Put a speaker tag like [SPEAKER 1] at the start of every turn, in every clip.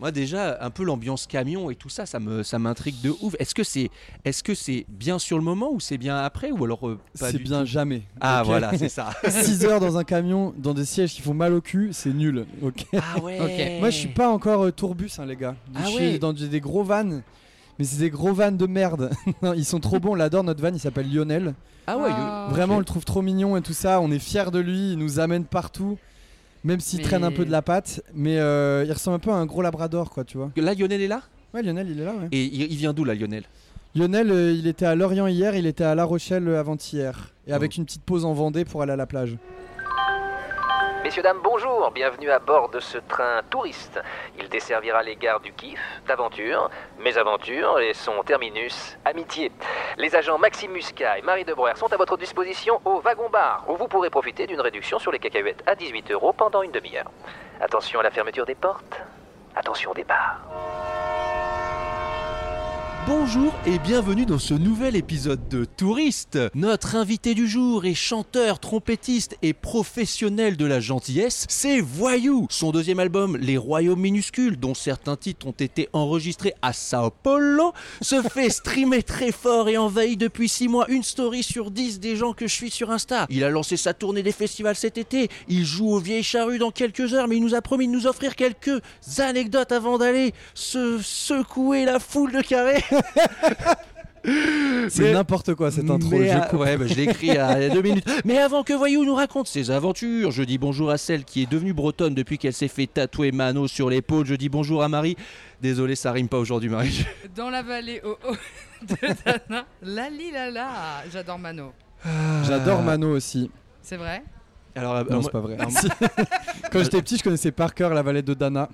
[SPEAKER 1] Moi déjà, un peu l'ambiance camion et tout ça, ça me ça m'intrigue de ouf. Est-ce que c'est est-ce que c'est bien sur le moment ou c'est bien après ou alors euh, pas
[SPEAKER 2] C'est
[SPEAKER 1] du
[SPEAKER 2] bien
[SPEAKER 1] tout
[SPEAKER 2] jamais.
[SPEAKER 1] Ah
[SPEAKER 2] ok
[SPEAKER 1] voilà, c'est ça.
[SPEAKER 2] 6 heures dans un camion, dans des sièges qui font mal au cul, c'est nul. Ok.
[SPEAKER 1] Ah ouais.
[SPEAKER 2] Moi, je suis pas encore euh, tourbus, hein, les gars.
[SPEAKER 1] Ah
[SPEAKER 2] je suis
[SPEAKER 1] ouais.
[SPEAKER 2] dans des, des gros vannes. Mais c'est des gros vannes de merde. Non, ils sont trop bons, on l'adore notre van, il s'appelle Lionel.
[SPEAKER 1] Ah ouais.
[SPEAKER 3] Ah.
[SPEAKER 2] Vraiment, on le trouve trop mignon et tout ça. On est fiers de lui, il nous amène partout. Même s'il
[SPEAKER 3] Mais-
[SPEAKER 2] traîne un peu de la patte. Mais euh, il ressemble un peu à un gros labrador, quoi, tu vois.
[SPEAKER 1] Là Lionel est là
[SPEAKER 2] Ouais, Lionel, il est là, ouais.
[SPEAKER 1] et il, il vient d'où là Lionel
[SPEAKER 2] Lionel, euh, il était à Lorient hier, il était à La Rochelle euh, avant-hier.
[SPEAKER 1] Oh.
[SPEAKER 2] Et avec une petite pause en Vendée pour aller à la plage.
[SPEAKER 4] Messieurs, dames, bonjour, bienvenue à bord de ce train touriste. Il desservira les gares du Kiff, d'Aventure, Mésaventure et son terminus, Amitié. Les agents Maxime Muscat et Marie Debreuer sont à votre disposition au wagon-bar, où vous pourrez profiter d'une réduction sur les cacahuètes à 18 euros pendant une demi-heure. Attention à la fermeture des portes, attention au départ.
[SPEAKER 1] Bonjour et bienvenue dans ce nouvel épisode de Touriste. Notre invité du jour est chanteur, trompettiste et professionnel de la gentillesse, c'est Voyou. Son deuxième album, Les Royaumes Minuscules, dont certains titres ont été enregistrés à Sao Paulo, se fait streamer très fort et envahit depuis 6 mois une story sur 10 des gens que je suis sur Insta. Il a lancé sa tournée des festivals cet été, il joue aux vieilles charrues dans quelques heures, mais il nous a promis de nous offrir quelques anecdotes avant d'aller se secouer la foule de carré.
[SPEAKER 2] C'est
[SPEAKER 1] Mais-
[SPEAKER 2] n'importe quoi cette intro.
[SPEAKER 1] Mais
[SPEAKER 2] je
[SPEAKER 1] à-
[SPEAKER 2] coupe.
[SPEAKER 1] ouais, bah, je l'ai écrit à deux minutes. Mais avant que Voyou nous raconte ses aventures, je dis bonjour à celle qui est devenue bretonne depuis qu'elle s'est fait tatouer Mano sur l'épaule. Je dis bonjour à Marie. Désolé, ça rime pas aujourd'hui, Marie.
[SPEAKER 3] Dans la vallée au haut de Dana, Lali Lala. J'adore Mano.
[SPEAKER 2] J'adore Mano aussi.
[SPEAKER 3] C'est vrai
[SPEAKER 1] Alors, euh,
[SPEAKER 2] non,
[SPEAKER 1] moi-
[SPEAKER 2] c'est pas vrai. Quand j'étais petit, je connaissais par cœur la vallée de Dana.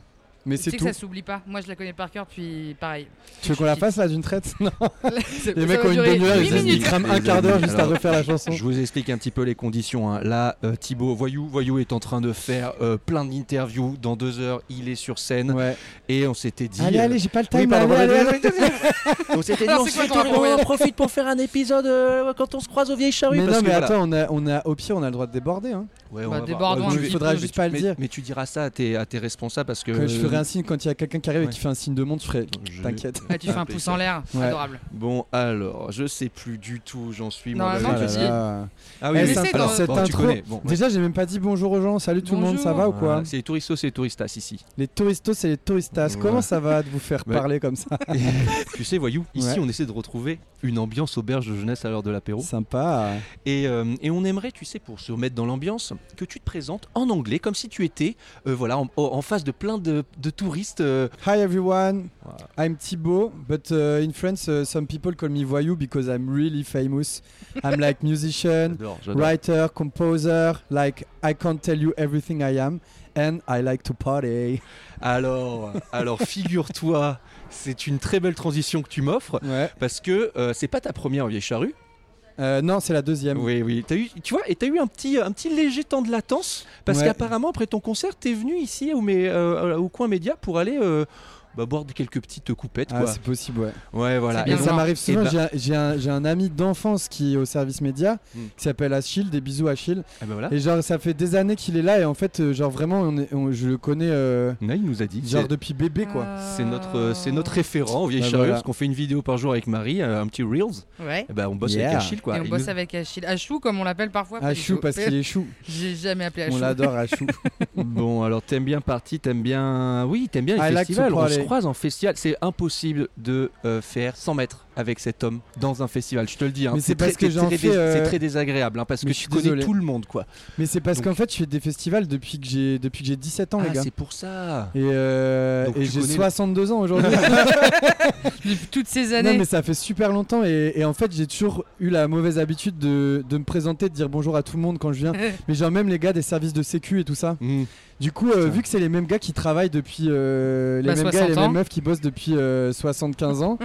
[SPEAKER 2] Mais
[SPEAKER 3] Tu
[SPEAKER 2] c'est
[SPEAKER 3] sais
[SPEAKER 2] tout.
[SPEAKER 3] que ça s'oublie pas. Moi, je la connais par cœur, puis pareil.
[SPEAKER 2] Tu veux qu'on la fasse là d'une traite Non. Les
[SPEAKER 3] Les
[SPEAKER 2] mecs ont une demi-heure,
[SPEAKER 1] huit
[SPEAKER 2] ils ils
[SPEAKER 1] minutes.
[SPEAKER 2] crament un
[SPEAKER 1] Les
[SPEAKER 2] quart d'heure
[SPEAKER 1] amis,
[SPEAKER 2] juste à
[SPEAKER 1] alors-
[SPEAKER 2] refaire la chanson.
[SPEAKER 1] Je vous explique un petit peu les conditions. hein. Là, euh, Thibaut, Voyou, Voyou est en train de faire euh, plein d'interviews. Dans deux heures, il est sur scène.
[SPEAKER 2] Ouais.
[SPEAKER 1] Et on s'était dit.
[SPEAKER 2] Allez,
[SPEAKER 1] euh,
[SPEAKER 2] allez, j'ai pas le time.
[SPEAKER 1] oui, pardon,
[SPEAKER 2] allez,
[SPEAKER 1] pardon,
[SPEAKER 2] allez, allez.
[SPEAKER 1] pardon, on s'était dit,
[SPEAKER 3] Alors,
[SPEAKER 1] on,
[SPEAKER 3] c'est
[SPEAKER 1] se
[SPEAKER 3] quoi
[SPEAKER 1] fait
[SPEAKER 3] ton rapport,
[SPEAKER 1] tourner, on
[SPEAKER 3] Voyou
[SPEAKER 1] profite pour faire un épisode euh, quand on se croise aux vieilles charrues.
[SPEAKER 2] Mais
[SPEAKER 1] parce
[SPEAKER 2] non,
[SPEAKER 1] que
[SPEAKER 2] mais
[SPEAKER 1] voilà.
[SPEAKER 2] attends, on a, on a, au pied, on a le droit de déborder. Hein.
[SPEAKER 1] Ouais,
[SPEAKER 3] Bah,
[SPEAKER 1] on va voir.
[SPEAKER 3] débordons
[SPEAKER 1] Ouais,
[SPEAKER 2] un
[SPEAKER 1] tu-
[SPEAKER 2] petit faudra peu. juste pas le
[SPEAKER 1] mais-
[SPEAKER 2] dire.
[SPEAKER 1] Mais tu diras ça à tes, à tes responsables parce que.
[SPEAKER 2] Quand je ferai un signe, quand il y a quelqu'un qui arrive
[SPEAKER 1] ouais.
[SPEAKER 2] et qui fait un signe de montre, je ferai.
[SPEAKER 1] Je-
[SPEAKER 2] T'inquiète.
[SPEAKER 3] Ah, tu fais un pouce en l'air.
[SPEAKER 2] Ouais.
[SPEAKER 3] Adorable.
[SPEAKER 1] Bon, alors, je sais plus du tout où j'en suis. moi,
[SPEAKER 3] Normalement,
[SPEAKER 1] la
[SPEAKER 3] tu
[SPEAKER 1] vérité.
[SPEAKER 3] dis-
[SPEAKER 1] Ah
[SPEAKER 2] Eh,
[SPEAKER 3] Mais
[SPEAKER 2] c'est
[SPEAKER 3] c'est
[SPEAKER 2] un-
[SPEAKER 3] dans-
[SPEAKER 2] Alors, cette
[SPEAKER 1] Bon, tu
[SPEAKER 2] intro.
[SPEAKER 1] connais. Bon, ouais.
[SPEAKER 2] Déjà, j'ai même pas dit bonjour aux gens. Salut tout le monde, ça va ou
[SPEAKER 3] Bonjour.
[SPEAKER 2] quoi
[SPEAKER 1] Voilà, C'est les touristos, c'est les touristas ici.
[SPEAKER 2] Les touristos, c'est les touristas.
[SPEAKER 1] Ouais.
[SPEAKER 2] Comment ça va de vous faire
[SPEAKER 1] Ouais.
[SPEAKER 2] parler comme ça
[SPEAKER 1] Et tu sais, voyou, ici
[SPEAKER 2] Ouais.
[SPEAKER 1] on essaie de retrouver une ambiance auberge de jeunesse à l'heure de l'apéro.
[SPEAKER 2] Sympa.
[SPEAKER 1] Et, euh, et on aimerait, tu sais, pour se remettre dans l'ambiance, que tu te présentes en anglais comme si tu étais euh, voilà, en, en face de plein de, de touristes. euh.
[SPEAKER 2] Hi everyone,
[SPEAKER 1] Wow.
[SPEAKER 2] I'm Thibaut, but uh, in France, uh, some people call me Voyou because I'm really famous. I'm like musician,
[SPEAKER 1] J'adore, j'adore.
[SPEAKER 2] writer, composer. Like I can't tell you everything I am, and I like to party.
[SPEAKER 1] Alors, alors figure-toi, c'est une très belle transition que tu m'offres.
[SPEAKER 2] Ouais.
[SPEAKER 1] Parce que euh, c'est pas ta première vieille charrue.
[SPEAKER 2] Euh, non, c'est la deuxième.
[SPEAKER 1] Oui, oui. T'as eu, tu vois, et t'as eu un petit, un petit léger temps de latence. Parce
[SPEAKER 2] Ouais.
[SPEAKER 1] qu'apparemment, après ton concert, t'es venu ici au, mé- euh, au coin média pour aller euh, bah, boire quelques petites coupettes.
[SPEAKER 2] Ah,
[SPEAKER 1] quoi.
[SPEAKER 2] c'est possible, ouais.
[SPEAKER 1] Ouais, voilà.
[SPEAKER 3] C'est
[SPEAKER 2] Et
[SPEAKER 3] bien
[SPEAKER 1] Et-
[SPEAKER 2] ça
[SPEAKER 3] voir.
[SPEAKER 2] m'arrive souvent.
[SPEAKER 1] Eh ben-
[SPEAKER 2] j'ai un- J'ai un, j'ai un ami d'enfance qui est au service média,
[SPEAKER 1] Hmm.
[SPEAKER 2] qui s'appelle Achille. Des bisous Achille.
[SPEAKER 1] Ah, bah, voilà.
[SPEAKER 2] Et genre, ça fait des années qu'il est là, et en fait, euh, genre vraiment, on est- on- je le connais euh,
[SPEAKER 1] Là, il nous a dit.
[SPEAKER 2] genre
[SPEAKER 1] c'est-
[SPEAKER 2] depuis bébé, quoi.
[SPEAKER 1] C'est notre, euh, c'est notre référent, vieille
[SPEAKER 2] Bah,
[SPEAKER 1] charrue,
[SPEAKER 2] voilà.
[SPEAKER 1] parce qu'on fait une vidéo par jour avec Marie, euh, un petit Reels.
[SPEAKER 3] Ouais.
[SPEAKER 1] Et bah, on bosse
[SPEAKER 2] Yeah.
[SPEAKER 1] avec Achille, quoi.
[SPEAKER 3] Et on
[SPEAKER 1] Il
[SPEAKER 3] bosse
[SPEAKER 1] nous-
[SPEAKER 3] avec Achille. Achou, comme on l'appelle parfois. pas du
[SPEAKER 2] Achou
[SPEAKER 3] tout.
[SPEAKER 2] parce qu'il est Ah, chou.
[SPEAKER 3] J'ai jamais appelé Achou.
[SPEAKER 2] On l'adore, Achou.
[SPEAKER 1] Bon, alors t'aimes bien party, t'aimes bien. Oui, t'aimes bien les
[SPEAKER 2] I like
[SPEAKER 1] festivals.
[SPEAKER 2] to
[SPEAKER 1] on se
[SPEAKER 2] party.
[SPEAKER 1] croise en festival. C'est impossible de euh, faire 100 mètres avec cet homme dans un festival. Je te le dis. hein.
[SPEAKER 2] Mais c'est
[SPEAKER 1] très-
[SPEAKER 2] parce que j'en
[SPEAKER 1] très
[SPEAKER 2] fais,
[SPEAKER 1] dés-
[SPEAKER 2] euh,
[SPEAKER 1] C'est très désagréable hein, parce
[SPEAKER 2] mais
[SPEAKER 1] que
[SPEAKER 2] je
[SPEAKER 1] tu
[SPEAKER 2] suis
[SPEAKER 1] connais
[SPEAKER 2] désolé.
[SPEAKER 1] tout le monde, quoi.
[SPEAKER 2] Mais c'est parce
[SPEAKER 1] Donc-
[SPEAKER 2] qu'en fait, je fais des festivals depuis que j'ai depuis que j'ai 17 ans,
[SPEAKER 1] ah,
[SPEAKER 2] les gars.
[SPEAKER 1] c'est pour ça.
[SPEAKER 2] Et, euh,
[SPEAKER 1] Donc
[SPEAKER 2] et
[SPEAKER 1] tu
[SPEAKER 2] j'ai
[SPEAKER 1] connais le-
[SPEAKER 2] 62 ans aujourd'hui.
[SPEAKER 3] Depuis toutes ces
[SPEAKER 2] non,
[SPEAKER 3] années.
[SPEAKER 2] mais ça fait super longtemps. Et, et en fait, j'ai toujours eu la mauvaise habitude de, de me présenter, de dire bonjour à tout le monde quand je viens. mais genre, même les gars des services de sécu et tout ça. Du coup, euh,
[SPEAKER 1] Putain.
[SPEAKER 2] vu que c'est les mêmes gars qui travaillent depuis euh, les
[SPEAKER 3] Bah,
[SPEAKER 2] mêmes gars et les
[SPEAKER 3] 60 ans.
[SPEAKER 2] mêmes meufs qui bossent depuis euh, 75 ans,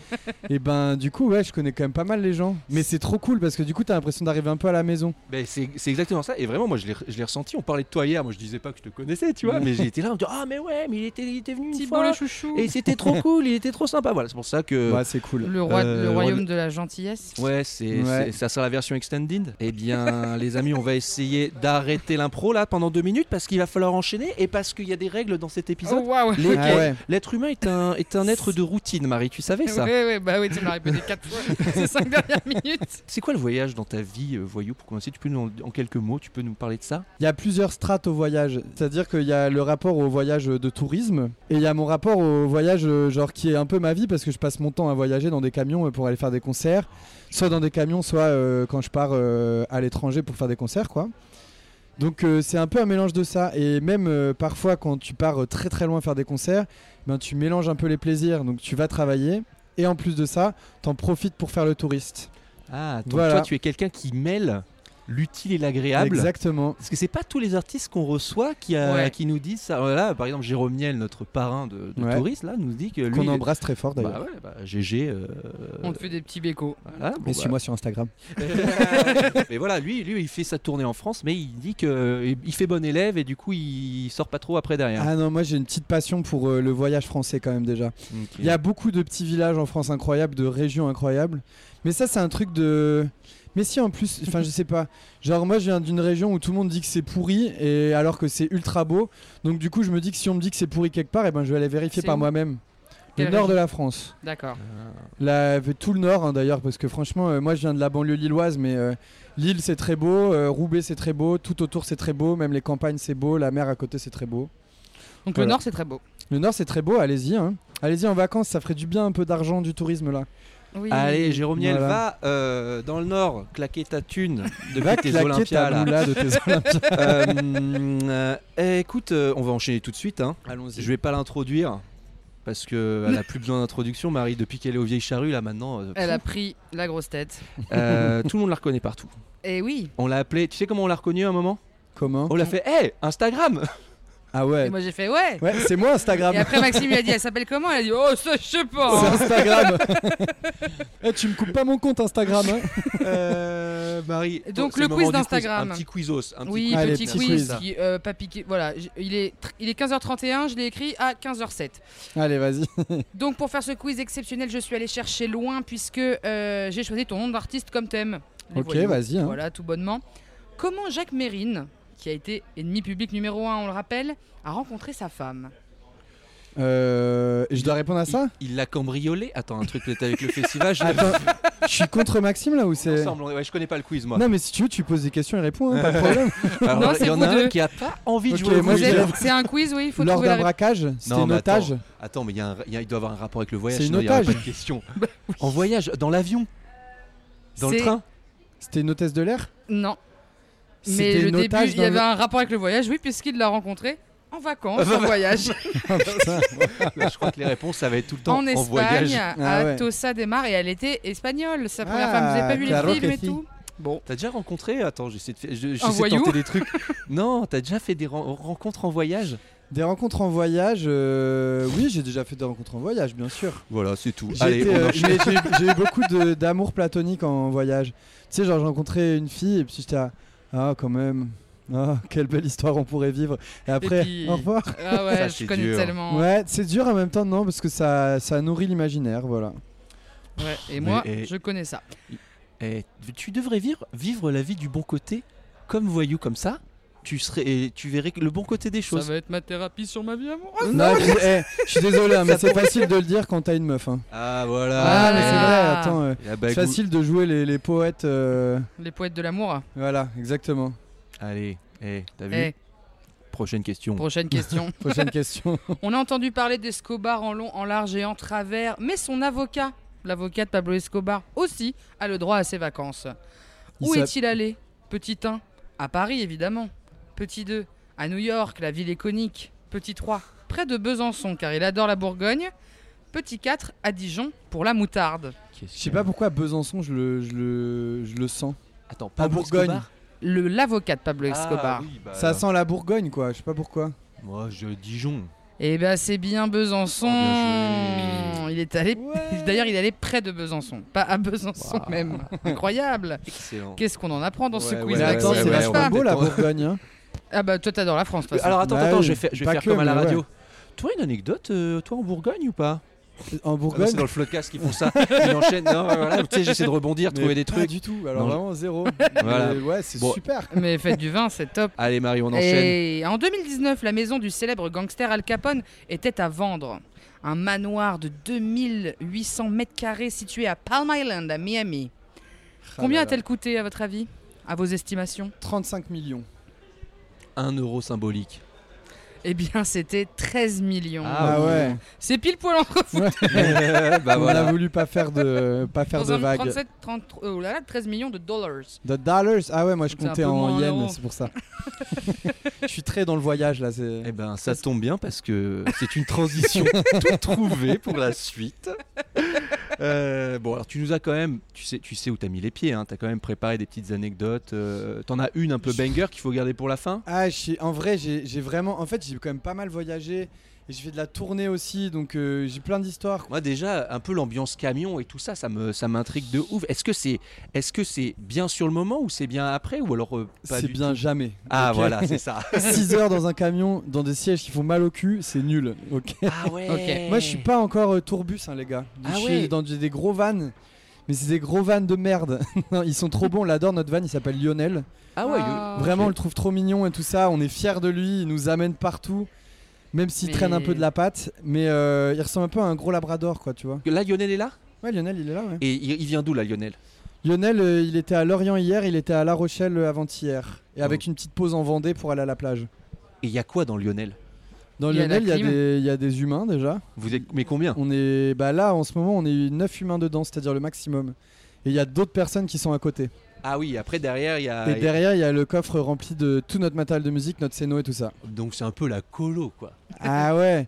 [SPEAKER 2] et ben du coup, ouais, je connais quand même pas mal les gens. Mais c'est trop cool parce que du coup, t'as l'impression d'arriver un peu à la maison.
[SPEAKER 1] Ben, c'est c'est exactement ça. Et vraiment, moi, je l'ai- je l'ai ressenti. On parlait de toi hier. Moi, je disais pas que je te connaissais, tu
[SPEAKER 2] Mm.
[SPEAKER 1] vois. mais j'étais là, on me dit Ah, mais ouais, mais il était, il était venu une
[SPEAKER 3] Petit bon
[SPEAKER 1] fois.
[SPEAKER 3] le chouchou.
[SPEAKER 1] Et c'était trop cool, il était trop sympa. Voilà, c'est pour ça que.
[SPEAKER 2] ouais, c'est cool.
[SPEAKER 3] Le, roi,
[SPEAKER 1] Euh,
[SPEAKER 3] le royaume
[SPEAKER 1] Ron-
[SPEAKER 3] de la gentillesse.
[SPEAKER 1] Ouais, c'est
[SPEAKER 2] Ouais.
[SPEAKER 1] c'est- ça sera la version extended. Eh bien, les amis, on va essayer d'arrêter l'impro là pendant deux minutes parce qu'il va falloir enchaîner et parce qu'il y a des règles dans cet
[SPEAKER 3] Oh,
[SPEAKER 1] épisode.
[SPEAKER 3] waouh
[SPEAKER 1] Les-
[SPEAKER 2] Ah ouais.
[SPEAKER 1] L'être humain est un, est un être de routine, Marie, tu savais ça
[SPEAKER 3] Ouais, ouais, bah oui, tu me l'as répété 4 fois ces 5 dernières minutes.
[SPEAKER 1] C'est quoi le voyage dans ta vie, euh, voyou, pour commencer Tu peux nous, en, en quelques mots, tu peux nous parler de ça
[SPEAKER 2] Il y a plusieurs strates au voyage. C'est-à-dire qu'il y a le rapport au voyage de tourisme et il y a mon rapport au voyage euh, genre qui est un peu ma vie parce que je passe mon temps à voyager dans des camions euh, pour aller faire des concerts, soit dans des camions, soit euh, quand je pars euh, à l'étranger pour faire des concerts quoi. Donc euh, c'est un peu un mélange de ça et même euh, parfois quand tu pars euh, très très loin faire des concerts, ben tu mélanges un peu les plaisirs. Donc tu vas travailler et en plus de ça, t'en profites pour faire le touriste.
[SPEAKER 1] Ah, donc
[SPEAKER 2] Voilà.
[SPEAKER 1] toi, tu es quelqu'un qui mêle l'utile et l'agréable.
[SPEAKER 2] Exactement.
[SPEAKER 1] Parce que c'est pas tous les artistes qu'on reçoit qui, a-
[SPEAKER 3] Ouais.
[SPEAKER 1] qui nous disent ça. Voilà, par exemple, Jérôme Niel, notre parrain de, de
[SPEAKER 2] Ouais.
[SPEAKER 1] touriste, là, nous dit que lui.
[SPEAKER 2] Qu'on
[SPEAKER 1] il-
[SPEAKER 2] embrasse très fort d'ailleurs.
[SPEAKER 1] Bah ouais, bah, GG. euh,
[SPEAKER 3] On te fait des petits bécos.
[SPEAKER 1] voilà, bon, bah,
[SPEAKER 2] et suis-moi sur Instagram.
[SPEAKER 1] mais voilà, lui, lui, il fait sa tournée en France, mais il dit que il fait bon élève et du coup, il sort pas trop après derrière.
[SPEAKER 2] Ah non, moi j'ai une petite passion pour euh, le voyage français quand même déjà. Il y a beaucoup de petits villages en France incroyables, de régions incroyables. Mais ça, c'est un truc de. Mais si en plus, enfin je sais pas. Genre moi je viens d'une région où tout le monde dit que c'est pourri et alors que c'est ultra beau. Donc du coup je me dis que si on me dit que c'est pourri quelque part, et ben je vais aller vérifier
[SPEAKER 3] C'est
[SPEAKER 2] par
[SPEAKER 3] où
[SPEAKER 2] moi-même. Le
[SPEAKER 3] Quelle
[SPEAKER 2] nord
[SPEAKER 3] région
[SPEAKER 2] de la France.
[SPEAKER 3] D'accord.
[SPEAKER 2] La- tout le nord hein, d'ailleurs parce que franchement euh, moi je viens de la banlieue lilloise mais euh, Lille c'est très beau, euh, Roubaix c'est très beau, tout autour c'est très beau, même les campagnes c'est beau, la mer à côté c'est très beau.
[SPEAKER 3] Donc le
[SPEAKER 2] Euh, Voilà.
[SPEAKER 3] Nord, c'est très beau.
[SPEAKER 2] Le Nord, c'est très beau, allez-y. hein. Allez-y en vacances, ça ferait du bien un peu d'argent du tourisme là.
[SPEAKER 3] Oui.
[SPEAKER 1] Allez, Jérôme Niel,
[SPEAKER 2] Voilà.
[SPEAKER 1] va euh, dans le Nord, claquer ta thune
[SPEAKER 2] Va
[SPEAKER 1] depuis tes
[SPEAKER 2] claquer
[SPEAKER 1] Olympias.
[SPEAKER 2] ta
[SPEAKER 1] là.
[SPEAKER 2] moula de tes Olympias.
[SPEAKER 1] Euh, mm, euh, eh, écoute, euh, on va enchaîner tout de suite. hein.
[SPEAKER 2] Allons-y.
[SPEAKER 1] Je vais pas l'introduire parce que elle a plus besoin d'introduction, Marie. Depuis qu'elle est aux vieilles charrues, là maintenant, euh,
[SPEAKER 3] Elle a pris la grosse tête.
[SPEAKER 1] euh, tout le monde la reconnaît partout.
[SPEAKER 3] Et Eh oui.
[SPEAKER 1] On l'a appelée. Tu sais comment on l'a reconnue à un moment
[SPEAKER 2] Comment
[SPEAKER 1] On l'a fait. Hey, Instagram.
[SPEAKER 2] Ah
[SPEAKER 3] Et
[SPEAKER 2] ouais.
[SPEAKER 3] moi, j'ai fait ouais.
[SPEAKER 2] Ouais, c'est moi Instagram.
[SPEAKER 3] Et après, Maxime lui a dit, elle s'appelle comment Elle a dit, oh, ça, je sais
[SPEAKER 2] C'est
[SPEAKER 3] pas.
[SPEAKER 2] Instagram. Eh, tu me coupes pas mon compte Instagram. hein.
[SPEAKER 1] Euh, Marie.
[SPEAKER 3] Donc,
[SPEAKER 1] toi,
[SPEAKER 3] le
[SPEAKER 1] c'est moment
[SPEAKER 3] quiz
[SPEAKER 1] du
[SPEAKER 3] d'Instagram.
[SPEAKER 1] Un petit quizos. Un petit
[SPEAKER 3] Oui,
[SPEAKER 1] quiz.
[SPEAKER 2] Allez,
[SPEAKER 3] petit
[SPEAKER 2] petit
[SPEAKER 3] quiz.
[SPEAKER 2] quiz.
[SPEAKER 3] Qui, euh, pas piqué. Voilà, j- il est, tr- il est 15h31, je l'ai écrit à 15h07.
[SPEAKER 2] Allez, vas-y.
[SPEAKER 3] Donc pour faire ce quiz exceptionnel, je suis allé chercher loin puisque euh, j'ai choisi ton nom d'artiste comme thème. Les
[SPEAKER 2] Ok,
[SPEAKER 3] voyous.
[SPEAKER 2] vas-y, hein.
[SPEAKER 3] Voilà, tout bonnement. Comment Jacques Mérine, qui a été ennemi public numéro 1, on le rappelle, a rencontré sa femme
[SPEAKER 2] Euh, je dois répondre à
[SPEAKER 1] Il-
[SPEAKER 2] ça
[SPEAKER 1] Il l'a cambriolé. Attends, un truc peut-être avec le festival. Je
[SPEAKER 2] Attends, je suis contre Maxime là ou Ah, c'est
[SPEAKER 1] Ensemble, on- ouais, je connais pas le quiz moi.
[SPEAKER 2] Non, mais si tu veux, tu poses des questions et réponds, hein, pas de problème.
[SPEAKER 1] Alors,
[SPEAKER 3] Non,
[SPEAKER 1] il
[SPEAKER 3] c'est
[SPEAKER 1] y en
[SPEAKER 3] vous
[SPEAKER 1] a un
[SPEAKER 3] deux.
[SPEAKER 1] qui a pas envie de
[SPEAKER 2] Ok,
[SPEAKER 1] jouer. au
[SPEAKER 2] moi,
[SPEAKER 1] quiz.
[SPEAKER 2] je dirais-
[SPEAKER 3] C'est un quiz, oui, il faut
[SPEAKER 2] Lors
[SPEAKER 3] trouver la
[SPEAKER 2] d'un
[SPEAKER 3] réponse.
[SPEAKER 2] braquage, c'était une
[SPEAKER 1] mais attends.
[SPEAKER 2] otage.
[SPEAKER 1] Attends, mais il y a un- il y a- il doit avoir un rapport avec le voyage.
[SPEAKER 2] C'est une
[SPEAKER 1] sinon il y aurait
[SPEAKER 2] otage.
[SPEAKER 1] pas de question. En voyage, dans l'avion, dans le
[SPEAKER 3] Bah C'est-
[SPEAKER 1] train.
[SPEAKER 2] C'était une hôtesse de l'air
[SPEAKER 3] Non, mais
[SPEAKER 2] C'était
[SPEAKER 3] le
[SPEAKER 2] une
[SPEAKER 3] début,
[SPEAKER 2] otage
[SPEAKER 3] il y
[SPEAKER 2] dans
[SPEAKER 3] avait
[SPEAKER 2] le-
[SPEAKER 3] un rapport avec le voyage, oui, puisqu'il l'a rencontré en vacances, en voyage,
[SPEAKER 2] Oh, putain.
[SPEAKER 1] Là, je crois que les réponses, ça va être tout le temps
[SPEAKER 3] en Espagne,
[SPEAKER 1] voyage.
[SPEAKER 3] à
[SPEAKER 2] Ah ouais.
[SPEAKER 3] Tossa de Mar, et elle était espagnole, sa première
[SPEAKER 2] Ah,
[SPEAKER 3] femme. Vous avez pas vu
[SPEAKER 2] claro
[SPEAKER 3] les films
[SPEAKER 2] que
[SPEAKER 3] et
[SPEAKER 2] si.
[SPEAKER 3] tout Bon,
[SPEAKER 1] T'as déjà rencontré Attends, j'essaie de, faire- je- j'essaie
[SPEAKER 3] Un
[SPEAKER 1] de
[SPEAKER 3] voyou
[SPEAKER 1] tenter des trucs. non, t'as déjà fait des ren- rencontres en voyage
[SPEAKER 2] Des rencontres en voyage, euh, oui, j'ai déjà fait des rencontres en voyage, bien sûr.
[SPEAKER 1] Voilà, c'est tout.
[SPEAKER 2] J'ai
[SPEAKER 1] Allez,
[SPEAKER 2] été,
[SPEAKER 1] on
[SPEAKER 2] euh,
[SPEAKER 1] enchaîne.
[SPEAKER 2] j'ai j'ai- j'ai eu beaucoup de- d'amour platonique en voyage. Tu sais, genre, j'ai rencontré une fille et puis j'étais à Ah, quand même. Ah, quelle belle histoire on pourrait vivre. Et après,
[SPEAKER 3] puis-
[SPEAKER 2] au revoir.
[SPEAKER 3] ah ouais,
[SPEAKER 1] Ça,
[SPEAKER 3] je
[SPEAKER 1] c'est
[SPEAKER 3] connais
[SPEAKER 1] dur.
[SPEAKER 3] tellement.
[SPEAKER 2] Ouais, c'est dur en même temps, non, parce que ça, ça nourrit l'imaginaire, voilà.
[SPEAKER 3] Ouais, et
[SPEAKER 1] Mais-
[SPEAKER 3] moi,
[SPEAKER 1] et-
[SPEAKER 3] je connais ça.
[SPEAKER 1] Eh, tu devrais vivre, vivre la vie du bon côté, comme voyou, comme ça. Tu, serais, et tu verrais le bon côté des
[SPEAKER 3] Ça
[SPEAKER 1] choses.
[SPEAKER 3] va être ma thérapie sur ma vie amoureuse.
[SPEAKER 2] Non, je eh, je suis désolé, hein, mais c'est facile de le dire quand t'as une meuf. hein.
[SPEAKER 1] Ah,
[SPEAKER 2] Ah,
[SPEAKER 1] voilà.
[SPEAKER 2] mais c'est
[SPEAKER 1] Eh,
[SPEAKER 2] vrai, attends. euh,
[SPEAKER 1] la bagou-
[SPEAKER 2] facile de jouer les, les poètes. euh,
[SPEAKER 3] Les poètes de l'amour.
[SPEAKER 2] Voilà, exactement.
[SPEAKER 1] Allez, eh, t'as vu
[SPEAKER 3] Eh,
[SPEAKER 1] Prochaine question.
[SPEAKER 3] prochaine question.
[SPEAKER 2] Prochaine question.
[SPEAKER 3] On a entendu parler d'Escobar en long, en large et en travers, mais son avocat, l'avocat de Pablo Escobar, aussi a le droit à ses vacances.
[SPEAKER 2] Il
[SPEAKER 3] Où
[SPEAKER 2] s'app-
[SPEAKER 3] est-il allé Petit 1, à Paris évidemment. Petit 2, à New York, la ville iconique. Petit 3, près de Besançon, car il adore la Bourgogne. Petit 4, à Dijon, pour la moutarde.
[SPEAKER 1] Qu'est-ce
[SPEAKER 2] Je sais
[SPEAKER 1] que-
[SPEAKER 2] pas pourquoi Besançon, je le, je le, je le sens.
[SPEAKER 1] Attends,
[SPEAKER 2] À
[SPEAKER 1] Pablo
[SPEAKER 2] Bourgogne.
[SPEAKER 1] Escobar
[SPEAKER 3] Le L'avocat de Pablo
[SPEAKER 1] Ah,
[SPEAKER 3] Escobar.
[SPEAKER 1] oui, bah,
[SPEAKER 2] Ça sent la Bourgogne, quoi. Je sais pas pourquoi.
[SPEAKER 1] Moi, je Dijon.
[SPEAKER 3] Eh ben c'est bien Besançon.
[SPEAKER 1] Oh, bien
[SPEAKER 3] il est allé. D'ailleurs, il est allé près de Besançon, pas à Besançon
[SPEAKER 2] Waouh.
[SPEAKER 3] même. Incroyable.
[SPEAKER 1] Excellent.
[SPEAKER 3] Qu'est-ce qu'on en apprend dans ce
[SPEAKER 1] Ouais,
[SPEAKER 3] quiz
[SPEAKER 2] Mais
[SPEAKER 1] ouais,
[SPEAKER 2] attends,
[SPEAKER 3] Maxime,
[SPEAKER 2] c'est
[SPEAKER 1] ouais,
[SPEAKER 3] n'est-ce
[SPEAKER 2] vachement
[SPEAKER 3] pas
[SPEAKER 1] ouais.
[SPEAKER 2] beau la Bourgogne. hein.
[SPEAKER 3] Ah bah toi t'adores la France. de toute façon.
[SPEAKER 1] Euh, Alors attends,
[SPEAKER 2] Bah
[SPEAKER 1] attends,
[SPEAKER 2] oui,
[SPEAKER 1] je vais faire, je vais
[SPEAKER 2] pas
[SPEAKER 1] faire
[SPEAKER 2] que,
[SPEAKER 1] comme à la
[SPEAKER 2] mais
[SPEAKER 1] radio. Toi, une anecdote, euh, toi en Bourgogne ou pas
[SPEAKER 2] En
[SPEAKER 1] Ah bah,
[SPEAKER 2] Bourgogne.
[SPEAKER 1] C'est dans le floodcast qu'ils font ça. Ils enchaînent. Non, voilà, tu sais, j'essaie de rebondir,
[SPEAKER 2] mais
[SPEAKER 1] trouver des
[SPEAKER 2] pas
[SPEAKER 1] trucs.
[SPEAKER 2] du tout. Alors
[SPEAKER 1] Non, je-
[SPEAKER 2] vraiment zéro.
[SPEAKER 1] Voilà.
[SPEAKER 2] Mais ouais, c'est
[SPEAKER 1] Bon.
[SPEAKER 2] super.
[SPEAKER 3] Mais faites du vin, c'est top.
[SPEAKER 1] Allez, Marie, on enchaîne.
[SPEAKER 3] Et en 2019, la maison du célèbre gangster Al Capone était à vendre. Un manoir de 2800 mètres carrés situé à Palm Island, à Miami. Combien
[SPEAKER 2] Ah là là.
[SPEAKER 3] a-t-elle coûté, à votre avis À vos estimations
[SPEAKER 2] 35 millions.
[SPEAKER 1] Un euro symbolique.
[SPEAKER 3] Eh bien, c'était 13 millions.
[SPEAKER 1] Ah oui.
[SPEAKER 2] ouais.
[SPEAKER 3] C'est pile poil entre vous.
[SPEAKER 1] Euh, bah
[SPEAKER 2] On
[SPEAKER 1] voilà.
[SPEAKER 2] a voulu pas faire de pas faire
[SPEAKER 3] Dans
[SPEAKER 2] de
[SPEAKER 3] un
[SPEAKER 2] vagues.
[SPEAKER 3] 37, 33, oh là là, 13 millions de dollars.
[SPEAKER 2] The dollars. Ah ouais, moi je
[SPEAKER 3] C'est un
[SPEAKER 2] comptais
[SPEAKER 3] peu moins
[SPEAKER 2] en
[SPEAKER 3] en
[SPEAKER 2] yens,
[SPEAKER 3] euros.
[SPEAKER 2] c'est pour ça. je suis très dans le voyage là. c'est-
[SPEAKER 1] Eh ben, ça tombe bien parce que c'est une transition tout trouvée pour la suite. Euh, bon, alors tu nous as quand même, tu sais, tu sais où t'as mis les pieds. Hein, t'as quand même préparé des petites anecdotes. euh, T'en as une un peu banger qu'il faut garder pour la fin.
[SPEAKER 2] Ah, je sais- en vrai, j'ai j'ai vraiment. En fait, j'ai quand même pas mal voyagé. Et j'ai fait de la tournée aussi, donc euh, j'ai plein d'histoires.
[SPEAKER 1] Moi déjà, un peu l'ambiance camion et tout ça, ça me, ça m'intrigue de ouf. Est-ce que c'est, est-ce que c'est bien sur le moment ou c'est bien après ou alors euh, pas
[SPEAKER 2] C'est
[SPEAKER 1] du
[SPEAKER 2] bien
[SPEAKER 1] tout
[SPEAKER 2] jamais.
[SPEAKER 1] Ah
[SPEAKER 2] ok
[SPEAKER 1] voilà, c'est ça.
[SPEAKER 2] 6 heures dans un camion, dans des sièges qui font mal au cul, c'est nul. Ok.
[SPEAKER 1] ah ouais.
[SPEAKER 3] Ok.
[SPEAKER 2] Moi, je suis pas encore euh, tourbus, hein, les gars.
[SPEAKER 1] Ah
[SPEAKER 2] je suis
[SPEAKER 1] ouais.
[SPEAKER 2] dans des, des gros vannes, mais c'est des gros vannes de merde. Non, ils sont trop bons. On l'adore notre van. Il s'appelle Lionel.
[SPEAKER 1] Ah ouais.
[SPEAKER 3] Ah.
[SPEAKER 1] ok.
[SPEAKER 2] Vraiment, on le trouve trop mignon et tout ça. On est fiers de lui. Il nous amène partout, même s'il
[SPEAKER 3] Mais-
[SPEAKER 2] traîne un peu de la patte. Mais euh, il ressemble un peu à un gros Labrador, quoi, tu vois.
[SPEAKER 1] Là, Lionel est là.
[SPEAKER 2] Ouais, Lionel, il est là. ouais.
[SPEAKER 1] Et il, il vient d'où là, Lionel
[SPEAKER 2] Lionel, euh, il était à Lorient hier. Il était à La Rochelle euh, avant-hier, et avec une petite pause en Vendée pour aller à la plage.
[SPEAKER 1] Et il y a quoi dans Lionel
[SPEAKER 2] Dans
[SPEAKER 3] Il y a la
[SPEAKER 2] Lionel, il y, a
[SPEAKER 3] clim.
[SPEAKER 2] des- il y a des humains déjà.
[SPEAKER 1] Vous êtes, mais combien
[SPEAKER 2] On est bah là en ce moment on est 9 humains dedans, c'est-à-dire le maximum. Et il y a d'autres personnes qui sont à côté.
[SPEAKER 1] Ah oui, après derrière il y a.
[SPEAKER 2] et derrière il y a le coffre rempli de tout notre matériel de musique, notre scéno et tout ça.
[SPEAKER 1] Donc c'est un peu la colo quoi.
[SPEAKER 2] ah ouais.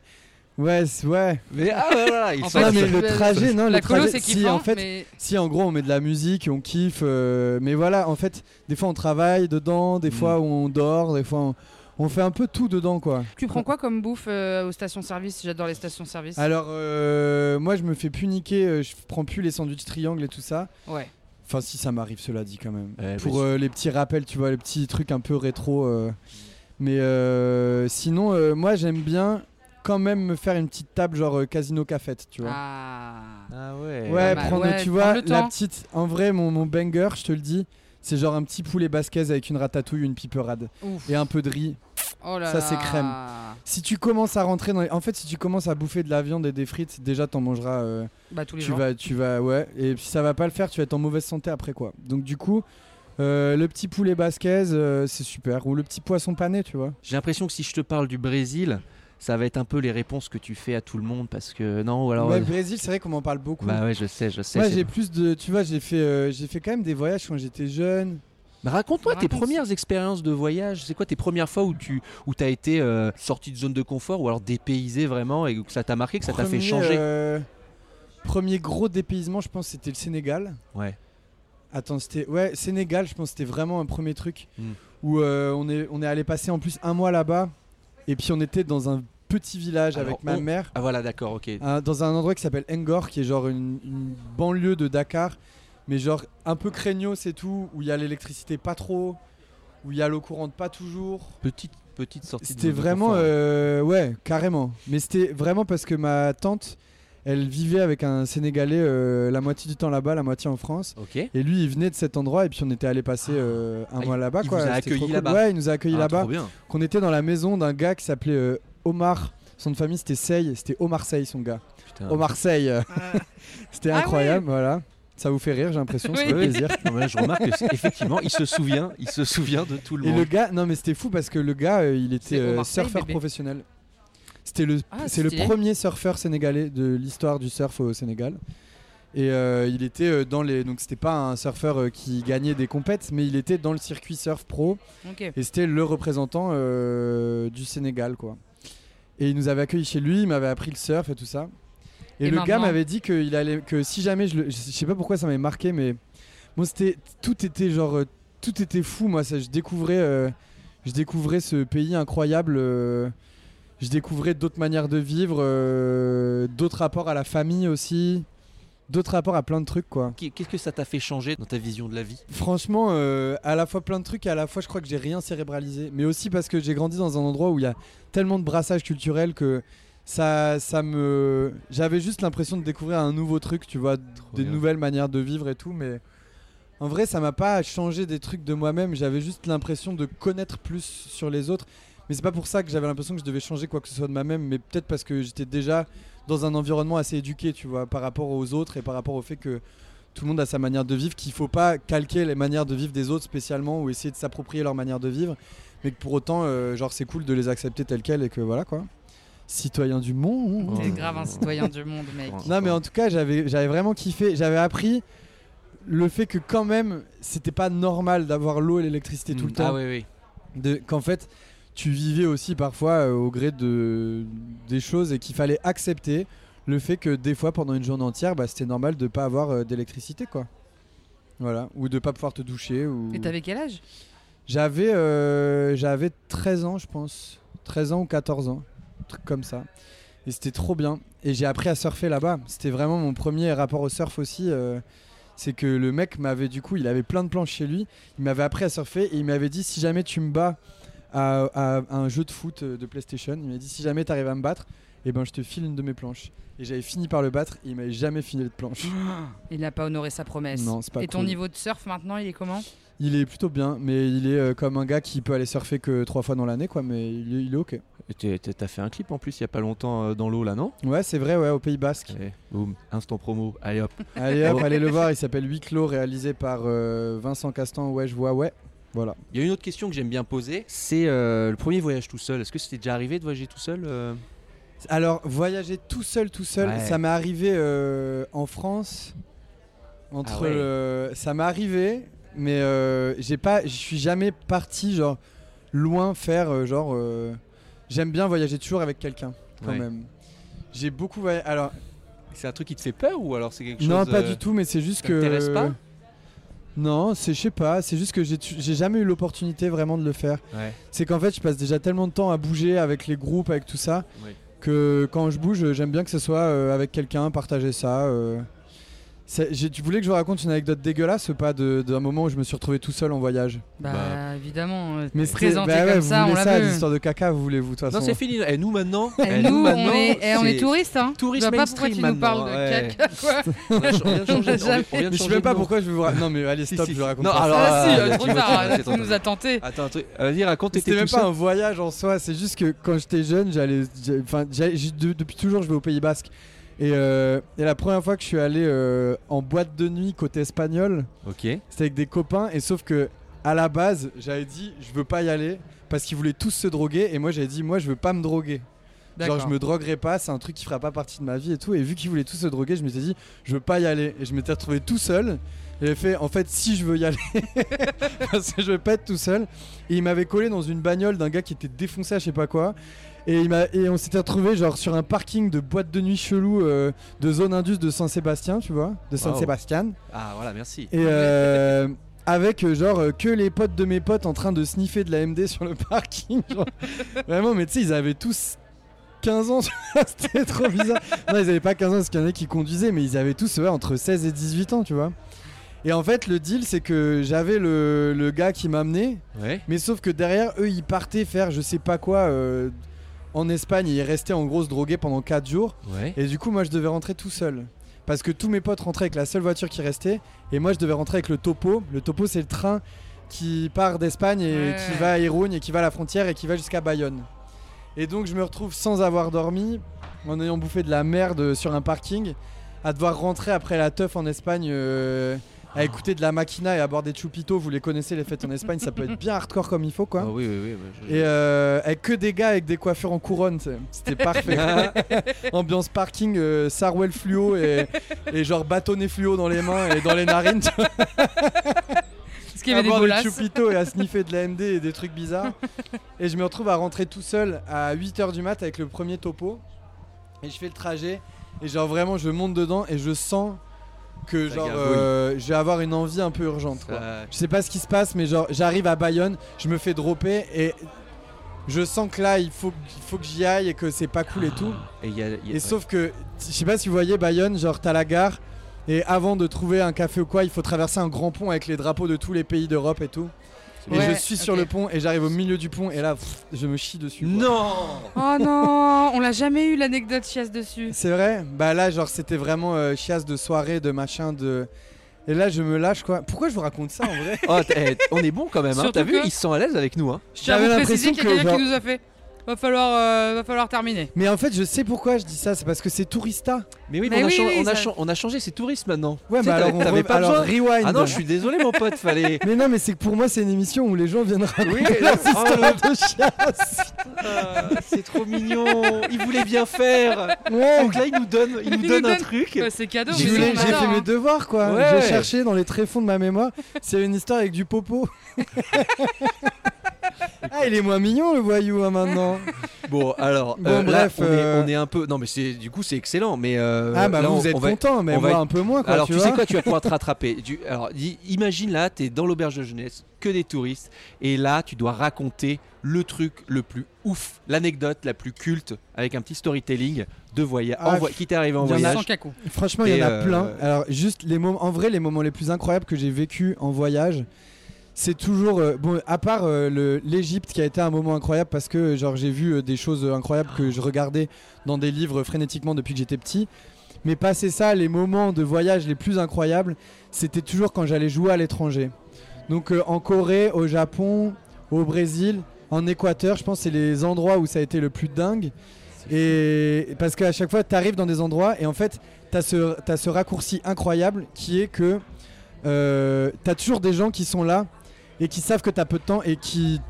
[SPEAKER 2] Ouais, c'est- ouais.
[SPEAKER 1] Mais ah ouais, voilà, ils
[SPEAKER 3] En
[SPEAKER 1] sont-
[SPEAKER 3] fait,
[SPEAKER 2] Non, mais
[SPEAKER 3] c'est-
[SPEAKER 2] le trajet, non, le
[SPEAKER 3] La colo,
[SPEAKER 2] trajet-
[SPEAKER 3] c'est
[SPEAKER 2] si,
[SPEAKER 3] qu'il
[SPEAKER 2] en fait,
[SPEAKER 3] mais
[SPEAKER 2] si en gros on met de la musique, on kiffe, euh, mais voilà, en fait, des fois on travaille dedans, des
[SPEAKER 1] Mm.
[SPEAKER 2] fois on dort, des fois on, on fait un peu tout dedans quoi.
[SPEAKER 3] tu prends quoi comme bouffe euh, aux stations-service J'adore les stations-service.
[SPEAKER 2] Alors euh, moi je me fais plus niquer, euh, je prends plus les sandwichs triangles et tout ça.
[SPEAKER 3] Ouais.
[SPEAKER 2] Enfin, si ça m'arrive, cela dit quand même.
[SPEAKER 1] Eh,
[SPEAKER 2] Pour
[SPEAKER 1] vas-y.
[SPEAKER 2] euh, les petits rappels, tu vois, les petits trucs un peu rétro. euh. Mais euh, sinon, euh, moi, j'aime bien quand même me faire une petite table, genre euh, casino cafette, tu vois.
[SPEAKER 3] Ah.
[SPEAKER 1] Ah ouais.
[SPEAKER 2] ouais,
[SPEAKER 3] pas mal.
[SPEAKER 2] prendre,
[SPEAKER 3] Ouais,
[SPEAKER 2] tu
[SPEAKER 3] prendre
[SPEAKER 2] vois,
[SPEAKER 3] le
[SPEAKER 2] la
[SPEAKER 3] temps.
[SPEAKER 2] petite. En vrai, mon, mon banger, je te le dis, c'est genre un petit poulet basquez avec une ratatouille, une piperade
[SPEAKER 3] Ouf.
[SPEAKER 2] et un peu de riz.
[SPEAKER 3] Oh là
[SPEAKER 2] ça, c'est
[SPEAKER 3] là.
[SPEAKER 2] crème. Si tu commences à rentrer dans les... En fait, si tu commences à bouffer de la viande et des frites, déjà, t'en mangeras. euh,
[SPEAKER 3] Bah tous les
[SPEAKER 2] tu
[SPEAKER 3] jours.
[SPEAKER 2] vas, tu vas, ouais. Et si ça va pas le faire, tu vas être en mauvaise santé après quoi. Donc du coup, euh, le petit poulet basquez, euh, c'est super. Ou le petit poisson pané, tu vois.
[SPEAKER 1] J'ai l'impression que si je te parle du Brésil, ça va être un peu les réponses que tu fais à tout le monde parce que non ou alors.
[SPEAKER 2] Ouais,
[SPEAKER 1] euh,
[SPEAKER 2] le Brésil, c'est vrai qu'on en parle beaucoup.
[SPEAKER 1] Bah ouais, je sais, je sais.
[SPEAKER 2] Moi,
[SPEAKER 1] c'est-
[SPEAKER 2] j'ai plus de, tu vois, j'ai fait, euh, j'ai fait quand même des voyages quand j'étais jeune.
[SPEAKER 1] Mais Bah, Raconte-moi tes
[SPEAKER 3] Raconte.
[SPEAKER 1] premières expériences de voyage. C'est quoi tes premières fois où tu où t'as été euh, sorti de zone de confort ou alors dépaysé vraiment et que ça t'a marqué, que ça t'a fait
[SPEAKER 2] Premier,
[SPEAKER 1] changer
[SPEAKER 2] euh, premier gros dépaysement, je pense, c'était le Sénégal.
[SPEAKER 1] Ouais.
[SPEAKER 2] Attends, c'était, ouais, Sénégal, je pense, que c'était vraiment un premier truc
[SPEAKER 1] Mm.
[SPEAKER 2] où euh, on est, on est allé passer en plus un mois là-bas. Et puis on était dans un petit village
[SPEAKER 1] Alors,
[SPEAKER 2] avec ma
[SPEAKER 1] on-
[SPEAKER 2] mère.
[SPEAKER 1] Ah voilà, d'accord, ok.
[SPEAKER 2] Un- Euh, dans un endroit qui s'appelle Ngor, qui est genre une, une banlieue de Dakar, mais genre un peu craignos et tout, où il y a l'électricité pas trop, où il y a l'eau courante pas toujours.
[SPEAKER 1] Petite petite sortie. de
[SPEAKER 2] C'était
[SPEAKER 1] zone de
[SPEAKER 2] vraiment,
[SPEAKER 1] confort.
[SPEAKER 2] euh, ouais, carrément. Mais c'était vraiment parce que ma tante, elle vivait avec un Sénégalais euh, la moitié du temps là-bas, la moitié en France.
[SPEAKER 1] Ok.
[SPEAKER 2] Et lui, il venait de cet endroit, et puis on était allé passer euh, un
[SPEAKER 1] Ah,
[SPEAKER 2] mois là-bas.
[SPEAKER 1] il
[SPEAKER 2] quoi.
[SPEAKER 1] vous a
[SPEAKER 2] C'était
[SPEAKER 1] accueillis
[SPEAKER 2] trop cool.
[SPEAKER 1] là-bas.
[SPEAKER 2] Ouais, il nous a accueillis
[SPEAKER 1] Ah,
[SPEAKER 2] là-bas
[SPEAKER 1] trop bien.
[SPEAKER 2] qu'on était dans la maison d'un gars qui s'appelait euh, Omar. Son nom de famille c'était Sey, c'était Omar Sey son gars.
[SPEAKER 1] Putain.
[SPEAKER 2] Omar Sey, c'était
[SPEAKER 3] Ah
[SPEAKER 2] incroyable, voilà. Ça vous fait rire, j'ai l'impression, ça
[SPEAKER 3] Oui.
[SPEAKER 2] fait plaisir.
[SPEAKER 1] Non, mais là, je remarque que c'est- effectivement, il se souvient, il se souvient de tout le
[SPEAKER 2] Et
[SPEAKER 1] monde.
[SPEAKER 2] le gars, non mais c'était fou parce que le gars, euh, il était
[SPEAKER 3] C'est
[SPEAKER 2] euh,
[SPEAKER 3] Omar Sey,
[SPEAKER 2] surfeur
[SPEAKER 3] bébé.
[SPEAKER 2] professionnel. C'était le,
[SPEAKER 3] Ah,
[SPEAKER 2] c'est le
[SPEAKER 3] stylé.
[SPEAKER 2] premier surfeur sénégalais de l'histoire du surf au Sénégal. Et euh, il était euh, dans les, donc c'était pas un surfeur euh, qui gagnait des compètes, mais il était dans le circuit surf pro.
[SPEAKER 3] Ok.
[SPEAKER 2] Et c'était le représentant euh, du Sénégal, quoi. Et il nous avait accueillis chez lui, il m'avait appris le surf et tout ça. Et,
[SPEAKER 3] Et
[SPEAKER 2] le gars
[SPEAKER 3] maintenant
[SPEAKER 2] m'avait dit que, il allait, que si jamais je le. Je sais pas pourquoi ça m'avait marqué, mais. Bon, c'était. Tout était genre. euh, Tout était fou, moi. Ça, je découvrais. euh, je découvrais ce pays incroyable. euh, je découvrais d'autres manières de vivre, euh, d'autres rapports à la famille aussi, d'autres rapports à plein de trucs quoi.
[SPEAKER 1] Qui- Qu'est-ce que ça t'a fait changer dans ta vision de la vie
[SPEAKER 2] Franchement, euh, à la fois plein de trucs, et à la fois je crois que j'ai rien cérébralisé, mais aussi parce que j'ai grandi dans un endroit où il y a tellement de brassage culturel que ça, ça me, j'avais juste l'impression de découvrir un nouveau truc, tu vois, des
[SPEAKER 1] bien.
[SPEAKER 2] nouvelles manières de vivre et tout, mais en vrai ça m'a pas changé des trucs de moi-même, j'avais juste l'impression de connaître plus sur les autres, mais c'est pas pour ça que j'avais l'impression que je devais changer quoi que ce soit de moi-même, mais peut-être parce que j'étais déjà dans un environnement assez éduqué, tu vois, par rapport aux autres et par rapport au fait que tout le monde a sa manière de vivre, qu'il faut pas calquer les manières de vivre des autres spécialement ou essayer de s'approprier leur manière de vivre, mais que pour autant, euh, genre, c'est cool de les accepter tels quels et que voilà quoi. Citoyen du monde. hein.
[SPEAKER 1] Ouais.
[SPEAKER 3] T'es grave un citoyen du monde, mec.
[SPEAKER 1] Ouais.
[SPEAKER 2] Non, mais en tout cas, j'avais j'avais vraiment kiffé. J'avais appris le fait que quand même, c'était pas normal d'avoir l'eau et l'électricité tout le
[SPEAKER 1] Mm.
[SPEAKER 2] temps
[SPEAKER 1] Ah oui, oui.
[SPEAKER 2] de- qu'en fait tu vivais aussi parfois euh, au gré de des choses et qu'il fallait accepter le fait que des fois pendant une journée entière bah, c'était normal de pas avoir euh, d'électricité quoi voilà ou de pas pouvoir te doucher ou
[SPEAKER 3] Et t'avais quel âge
[SPEAKER 2] j'avais euh, j'avais 13 ans je pense 13 ans ou 14 ans un truc comme ça et c'était trop bien et j'ai appris à surfer là-bas c'était vraiment mon premier rapport au surf aussi euh, c'est que le mec m'avait du coup il avait plein de planches chez lui il m'avait appris à surfer et il m'avait dit si jamais tu me bats à, à un jeu de foot euh, de PlayStation il m'a dit si jamais tu arrives à me battre et ben je te file une de mes planches et j'avais fini par le battre et il m'avait jamais filé de planche
[SPEAKER 3] Il n'a pas honoré sa promesse.
[SPEAKER 2] Non, c'est pas
[SPEAKER 3] Et ton
[SPEAKER 2] cool.
[SPEAKER 3] niveau de surf maintenant, il est comment
[SPEAKER 2] il est plutôt bien mais il est euh, comme un gars qui peut aller surfer que trois fois dans l'année quoi mais il est- il est ok
[SPEAKER 1] Et t'es- t'es- T'as fait un clip en plus il y a pas longtemps euh, dans l'eau là, non
[SPEAKER 2] Ouais, c'est vrai, ouais, au Pays Basque.
[SPEAKER 1] Allez, boum, instant promo. Allez hop.
[SPEAKER 2] Allez hop, allez le voir, il s'appelle Huis clos, réalisé par euh, Vincent Castan, ouais, je vois, ouais. Voilà.
[SPEAKER 1] Il y a une autre question que j'aime bien poser c'est euh, le premier voyage tout seul. Est-ce que c'était déjà arrivé de voyager tout seul euh
[SPEAKER 2] Alors, voyager tout seul, tout seul,
[SPEAKER 1] Ouais.
[SPEAKER 2] ça m'est arrivé euh, en France. Entre
[SPEAKER 1] Ah ouais.
[SPEAKER 2] le- Ça m'est arrivé, mais euh, j'ai pas, je suis jamais parti, genre, loin faire, euh, genre. euh, J'aime bien voyager toujours avec quelqu'un, quand
[SPEAKER 1] Ouais.
[SPEAKER 2] même. J'ai beaucoup voyagé. Alors,
[SPEAKER 1] C'est un truc qui te fait peur ou alors c'est quelque
[SPEAKER 2] non,
[SPEAKER 1] chose.
[SPEAKER 2] pas
[SPEAKER 1] euh,
[SPEAKER 2] du tout, mais c'est juste
[SPEAKER 1] ça
[SPEAKER 2] que.
[SPEAKER 1] t'intéresse pas
[SPEAKER 2] Non, c'est, je sais pas, c'est juste que j'ai tu- j'ai jamais eu l'opportunité vraiment de le faire.
[SPEAKER 1] Ouais.
[SPEAKER 2] c'est qu'en fait je passe déjà tellement de temps à bouger avec les groupes, avec tout ça,
[SPEAKER 1] Oui.
[SPEAKER 2] que quand je bouge, j'aime bien que ce soit euh, avec quelqu'un, partager ça. euh. C'est- j'ai- Tu voulais que je vous raconte une anecdote dégueulasse ou pas de- d'un moment où je me suis retrouvé tout seul en voyage
[SPEAKER 3] bah,
[SPEAKER 1] Bah.
[SPEAKER 3] évidemment. euh,
[SPEAKER 2] Mais c'était-
[SPEAKER 3] présenté
[SPEAKER 2] bah ouais,
[SPEAKER 3] comme
[SPEAKER 2] vous
[SPEAKER 3] ça, on
[SPEAKER 2] voulez
[SPEAKER 3] l'a
[SPEAKER 2] ça,
[SPEAKER 3] vu.
[SPEAKER 2] l'histoire de caca, vous voulez vous de toute façon.
[SPEAKER 1] Non, c'est fini. Et nous maintenant
[SPEAKER 3] Eh,
[SPEAKER 1] eh,
[SPEAKER 3] nous, on
[SPEAKER 1] maintenant,
[SPEAKER 3] est, eh, on est
[SPEAKER 1] c'est-
[SPEAKER 3] touristes, hein.
[SPEAKER 1] Touriste
[SPEAKER 3] Je vois pas pourquoi tu
[SPEAKER 1] mainstream
[SPEAKER 3] nous parles
[SPEAKER 1] maintenant,
[SPEAKER 3] de
[SPEAKER 1] ouais.
[SPEAKER 3] caca, quoi.
[SPEAKER 1] On a ch- on vient de changer de-
[SPEAKER 3] On a
[SPEAKER 1] on vient de
[SPEAKER 2] Mais je sais
[SPEAKER 1] changer
[SPEAKER 2] même
[SPEAKER 1] de
[SPEAKER 2] pas
[SPEAKER 1] nom.
[SPEAKER 2] pourquoi je vais vous. ra- Non mais allez
[SPEAKER 1] Si,
[SPEAKER 2] stop,
[SPEAKER 1] si,
[SPEAKER 2] je
[SPEAKER 1] si.
[SPEAKER 2] vais raconter.
[SPEAKER 1] Non, alors,
[SPEAKER 3] ah, si,
[SPEAKER 1] euh,
[SPEAKER 3] euh,
[SPEAKER 1] tu
[SPEAKER 3] trop
[SPEAKER 1] vas-
[SPEAKER 3] tard,
[SPEAKER 1] attends,
[SPEAKER 3] tu
[SPEAKER 1] attends,
[SPEAKER 3] nous as tenté.
[SPEAKER 1] Attends, un truc. Euh, Vas-y, raconte.
[SPEAKER 2] C'était
[SPEAKER 1] t'étais
[SPEAKER 2] même
[SPEAKER 1] tout
[SPEAKER 2] pas
[SPEAKER 1] seul
[SPEAKER 2] un voyage en soi, c'est juste que quand j'étais jeune, j'allais, j'ai- enfin, j'ai- j'ai- de- depuis toujours, je vais au Pays Basque. Et, euh, et la première fois que je suis allé euh, en boîte de nuit côté espagnol,
[SPEAKER 1] Ok.
[SPEAKER 2] c'était avec des copains. Et sauf que à la base, j'avais dit je veux pas y aller parce qu'ils voulaient tous se droguer et moi j'avais dit moi je veux pas me droguer. Genre je
[SPEAKER 3] D'accord.
[SPEAKER 2] me droguerai pas, c'est un truc qui fera pas partie de ma vie et tout. Et vu qu'ils voulaient tous se droguer, je m'étais dit je veux pas y aller. Et je m'étais retrouvé tout seul. Et j'ai fait en fait si je veux y aller parce que je veux pas être tout seul. Et il m'avait collé dans une bagnole d'un gars qui était défoncé à je sais pas quoi. Et, il m'a- et on s'était retrouvé genre sur un parking de boîte de nuit chelou euh, de zone indus de Saint-Sébastien, tu vois, de Saint-Sébastien.
[SPEAKER 1] Ah, voilà, merci.
[SPEAKER 2] Et euh, avec euh, genre euh, que les potes de mes potes en train de sniffer de la MD sur le parking. genre. Vraiment, mais tu sais, ils avaient tous 15 ans. C'était trop bizarre. Non, ils avaient pas 15 ans parce qu'il y en a qui conduisaient, mais ils avaient tous ouais, entre 16 et 18 ans, tu vois. Et en fait, le deal, c'est que j'avais le, le gars qui m'amenait,
[SPEAKER 1] Ouais.
[SPEAKER 2] mais sauf que derrière, eux, ils partaient faire je sais pas quoi euh, en Espagne et ils restaient en gros se droguer pendant 4 jours.
[SPEAKER 1] Ouais.
[SPEAKER 2] Et du coup, moi, je devais rentrer tout seul. Parce que tous mes potes rentraient avec la seule voiture qui restait. Et moi, je devais rentrer avec le topo. Le topo, c'est le train qui part d'Espagne et
[SPEAKER 3] Ouais.
[SPEAKER 2] qui va à Irun et qui va à la frontière et qui va jusqu'à Bayonne. Et donc, je me retrouve sans avoir dormi, en ayant bouffé de la merde sur un parking, à devoir rentrer après la teuf en Espagne. euh,
[SPEAKER 3] Ah.
[SPEAKER 2] à écouter de la maquina et à boire des chupitos, vous les connaissez les fêtes en Espagne, ça peut être bien hardcore comme il faut quoi.
[SPEAKER 1] Ah oui, oui, oui. bah, je-
[SPEAKER 2] Et euh, avec que des gars avec des coiffures en couronne, t'sais. c'était parfait. Ambiance parking, euh, Sarwell fluo et, et genre bâtonnet fluo dans les mains et dans les narines. tu vois,
[SPEAKER 3] Parce qu'il y
[SPEAKER 2] à
[SPEAKER 1] Ah,
[SPEAKER 3] avait des
[SPEAKER 2] boire
[SPEAKER 3] bolas.
[SPEAKER 2] des chupitos et à sniffer de la MD et des trucs bizarres. Et je me retrouve à rentrer tout seul à 8h du mat avec le premier topo. Et je fais le trajet. Et genre vraiment, je monte dedans et je sens que
[SPEAKER 1] Ça
[SPEAKER 2] genre
[SPEAKER 1] gargouille.
[SPEAKER 2] euh, je vais avoir une envie un peu urgente. Quoi.
[SPEAKER 1] Ça-
[SPEAKER 2] Je sais pas ce qui se passe, mais genre j'arrive à Bayonne, je me fais dropper et je sens que là, il faut, il faut que j'y aille et que c'est pas cool et
[SPEAKER 3] Ah,
[SPEAKER 2] tout.
[SPEAKER 1] Ah, Et, il y a- il y a-
[SPEAKER 2] Et sauf que, je sais pas si vous voyez Bayonne, genre t'as la gare, et avant de trouver un café ou quoi, il faut traverser un grand pont avec les drapeaux de tous les pays d'Europe et tout. Et
[SPEAKER 3] Ouais,
[SPEAKER 2] je suis sur
[SPEAKER 3] ok.
[SPEAKER 2] le pont et j'arrive au milieu du pont et là, pff, je me chie dessus. quoi.
[SPEAKER 1] Non
[SPEAKER 3] Oh non, on l'a jamais eu l'anecdote chiasse dessus.
[SPEAKER 2] C'est vrai Bah là, genre c'était vraiment euh, chiasse de soirée, de machin, de... Et là, je me lâche quoi. Pourquoi je vous raconte ça en vrai
[SPEAKER 1] Oh, t'es- On est bon quand même, hein.
[SPEAKER 3] Surtout
[SPEAKER 1] t'as vu,
[SPEAKER 3] que-
[SPEAKER 1] ils sont à l'aise avec nous. Hein.
[SPEAKER 3] Je tiens à vous
[SPEAKER 2] J'avais
[SPEAKER 3] préciser
[SPEAKER 2] l'impression
[SPEAKER 3] qu'il y a quelqu'un
[SPEAKER 2] que,
[SPEAKER 3] qui nous a fait. Va falloir, euh, va falloir terminer.
[SPEAKER 2] Mais en fait, je sais pourquoi je dis ça, c'est parce que c'est tourista.
[SPEAKER 1] Mais oui,
[SPEAKER 3] Mais
[SPEAKER 1] mais on, a
[SPEAKER 3] oui,
[SPEAKER 1] chan-
[SPEAKER 3] oui,
[SPEAKER 1] on, a
[SPEAKER 3] ça-
[SPEAKER 1] chan- on a changé, c'est touriste maintenant.
[SPEAKER 2] Ouais,
[SPEAKER 1] Tu sais,
[SPEAKER 2] bah alors,
[SPEAKER 1] t'avais-
[SPEAKER 2] on
[SPEAKER 1] t'avais
[SPEAKER 2] re-
[SPEAKER 1] pas
[SPEAKER 2] alors
[SPEAKER 1] besoin.
[SPEAKER 2] rewind.
[SPEAKER 1] Ah non, je suis désolé, mon pote, fallait.
[SPEAKER 2] Mais non, mais c'est que pour moi, c'est une émission où les gens viennent
[SPEAKER 1] Oui, oh,
[SPEAKER 2] raconter leurs histoires de chiasse.
[SPEAKER 1] c'est trop mignon. Il voulait bien faire.
[SPEAKER 2] Ouais.
[SPEAKER 1] Donc là, il nous donne, il nous
[SPEAKER 3] Il
[SPEAKER 1] donne
[SPEAKER 3] nous
[SPEAKER 1] un
[SPEAKER 3] donne-
[SPEAKER 1] truc.
[SPEAKER 3] Ouais, Bah, c'est cadeau,
[SPEAKER 2] J'ai
[SPEAKER 3] mais nous,
[SPEAKER 2] voulu-
[SPEAKER 3] on
[SPEAKER 2] j'ai
[SPEAKER 3] adore,
[SPEAKER 2] fait
[SPEAKER 3] hein.
[SPEAKER 2] mes devoirs quoi.
[SPEAKER 1] Ouais.
[SPEAKER 2] J'ai cherché dans les tréfonds de ma mémoire. C'est une histoire avec du popo. ah, il est moins mignon le voyou hein, maintenant.
[SPEAKER 1] Bon, alors,
[SPEAKER 2] Bon,
[SPEAKER 1] euh, là,
[SPEAKER 2] bref,
[SPEAKER 1] on, est,
[SPEAKER 2] euh,
[SPEAKER 1] on est un peu. Non, mais c'est du coup, c'est excellent. Mais euh,
[SPEAKER 2] ah bah
[SPEAKER 1] là,
[SPEAKER 2] vous,
[SPEAKER 1] on-
[SPEAKER 2] vous êtes
[SPEAKER 1] on va-
[SPEAKER 2] content, mais
[SPEAKER 1] on va
[SPEAKER 2] moi
[SPEAKER 1] être-
[SPEAKER 2] un peu moins quoi.
[SPEAKER 1] Alors,
[SPEAKER 2] tu,
[SPEAKER 1] tu,
[SPEAKER 2] vois
[SPEAKER 1] sais quoi, tu vas pouvoir te rattraper. Du- alors, i- imagine là, t'es dans l'auberge de jeunesse, que des touristes, et là, tu dois raconter le truc le plus ouf, l'anecdote la plus culte, avec un petit storytelling de voyage,
[SPEAKER 2] Ah,
[SPEAKER 1] en voy- qui t'est arrivé en
[SPEAKER 2] il y en a
[SPEAKER 1] voyage.
[SPEAKER 3] Sans cacou.
[SPEAKER 2] Franchement, il y
[SPEAKER 1] Et,
[SPEAKER 2] en a
[SPEAKER 1] euh,
[SPEAKER 2] plein. Alors juste les moments, en vrai, les moments les plus incroyables que j'ai vécu en voyage. C'est toujours euh, bon à part euh, le- l'Égypte qui a été un moment incroyable parce que genre j'ai vu euh, des choses euh, incroyables que je regardais dans des livres frénétiquement depuis que j'étais petit. Mais passé ça, les moments de voyage les plus incroyables, c'était toujours quand j'allais jouer à l'étranger. Donc euh, en Corée, au Japon, au Brésil, en Équateur, je pense que c'est les endroits où ça a été le plus dingue. Et parce qu'à chaque fois, tu arrives dans des endroits et en fait, tu as ce, t'as ce raccourci incroyable qui est que tu as toujours des gens qui sont là et qui savent que tu as peu de temps et qui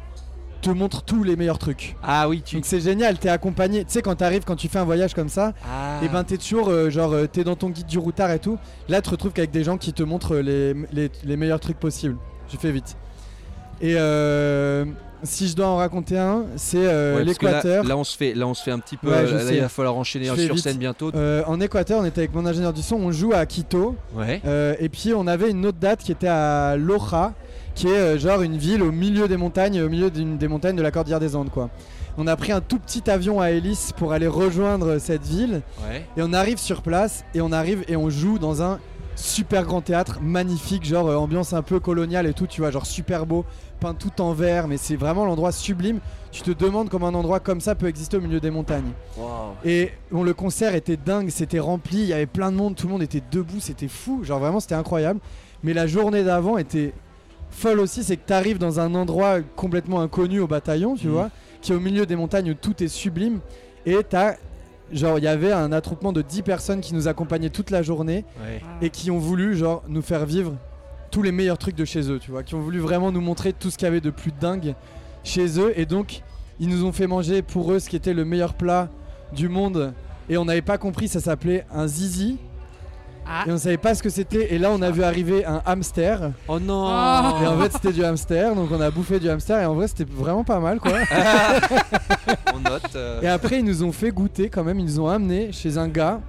[SPEAKER 2] te montrent tous les meilleurs trucs.
[SPEAKER 1] Ah oui, tu.
[SPEAKER 2] Donc c'est génial, t'es accompagné. Tu sais, quand t'arrives, quand tu fais un voyage comme ça,
[SPEAKER 1] Ah.
[SPEAKER 2] et ben t'es toujours euh, genre euh, t'es dans ton guide du routard et tout. Là tu te retrouves qu'avec des gens qui te montrent les, les- les meilleurs trucs possibles. Je fais vite. Et euh, si je dois en raconter un, c'est euh,
[SPEAKER 1] Ouais, parce que là-
[SPEAKER 2] l'Équateur.
[SPEAKER 1] Là, on se fait, là, on se fait un petit peu.
[SPEAKER 2] Ouais, je
[SPEAKER 1] là,
[SPEAKER 2] sais.
[SPEAKER 1] il va falloir enchaîner
[SPEAKER 2] Je
[SPEAKER 1] sur
[SPEAKER 2] fais vite.
[SPEAKER 1] scène bientôt.
[SPEAKER 2] Euh, en Équateur, on était avec mon ingénieur du son, on joue à Quito.
[SPEAKER 1] Ouais.
[SPEAKER 2] Euh, et puis on avait une autre date qui était à Loja, qui est euh, genre une ville au milieu des montagnes, au milieu d'une des montagnes de la cordillère des Andes quoi. On a pris un tout petit avion à hélice pour aller rejoindre cette ville
[SPEAKER 1] Ouais.
[SPEAKER 2] et on arrive sur place et on arrive et on joue dans un super grand théâtre magnifique genre euh, ambiance un peu coloniale et tout tu vois genre super beau peint tout en vert mais c'est vraiment l'endroit sublime tu te demandes comment un endroit comme ça peut exister au milieu des montagnes et bon, le concert était dingue, c'était rempli, il y avait plein de monde, tout le monde était debout, c'était fou, genre vraiment c'était incroyable. Mais la journée d'avant était folle aussi, c'est que t'arrives dans un endroit complètement inconnu au bataillon, tu
[SPEAKER 1] Mhm.
[SPEAKER 2] vois, qui est au milieu des montagnes où tout est sublime, et t'as genre il y avait un attroupement de 10 personnes qui nous accompagnaient toute la journée
[SPEAKER 1] Ouais.
[SPEAKER 2] et qui ont voulu genre nous faire vivre tous les meilleurs trucs de chez eux, tu vois, qui ont voulu vraiment nous montrer tout ce qu'il y avait de plus dingue chez eux et donc ils nous ont fait manger pour eux ce qui était le meilleur plat du monde et on n'avait pas compris ça s'appelait un zizi
[SPEAKER 3] Ah.
[SPEAKER 2] et on savait pas ce que c'était et là on a vu arriver un hamster
[SPEAKER 1] Oh non.
[SPEAKER 3] Ah.
[SPEAKER 2] et en fait c'était du hamster donc on a bouffé du hamster et en vrai c'était vraiment pas mal quoi
[SPEAKER 1] On note. euh,
[SPEAKER 2] et après ils nous ont fait goûter quand même ils nous ont amené chez un gars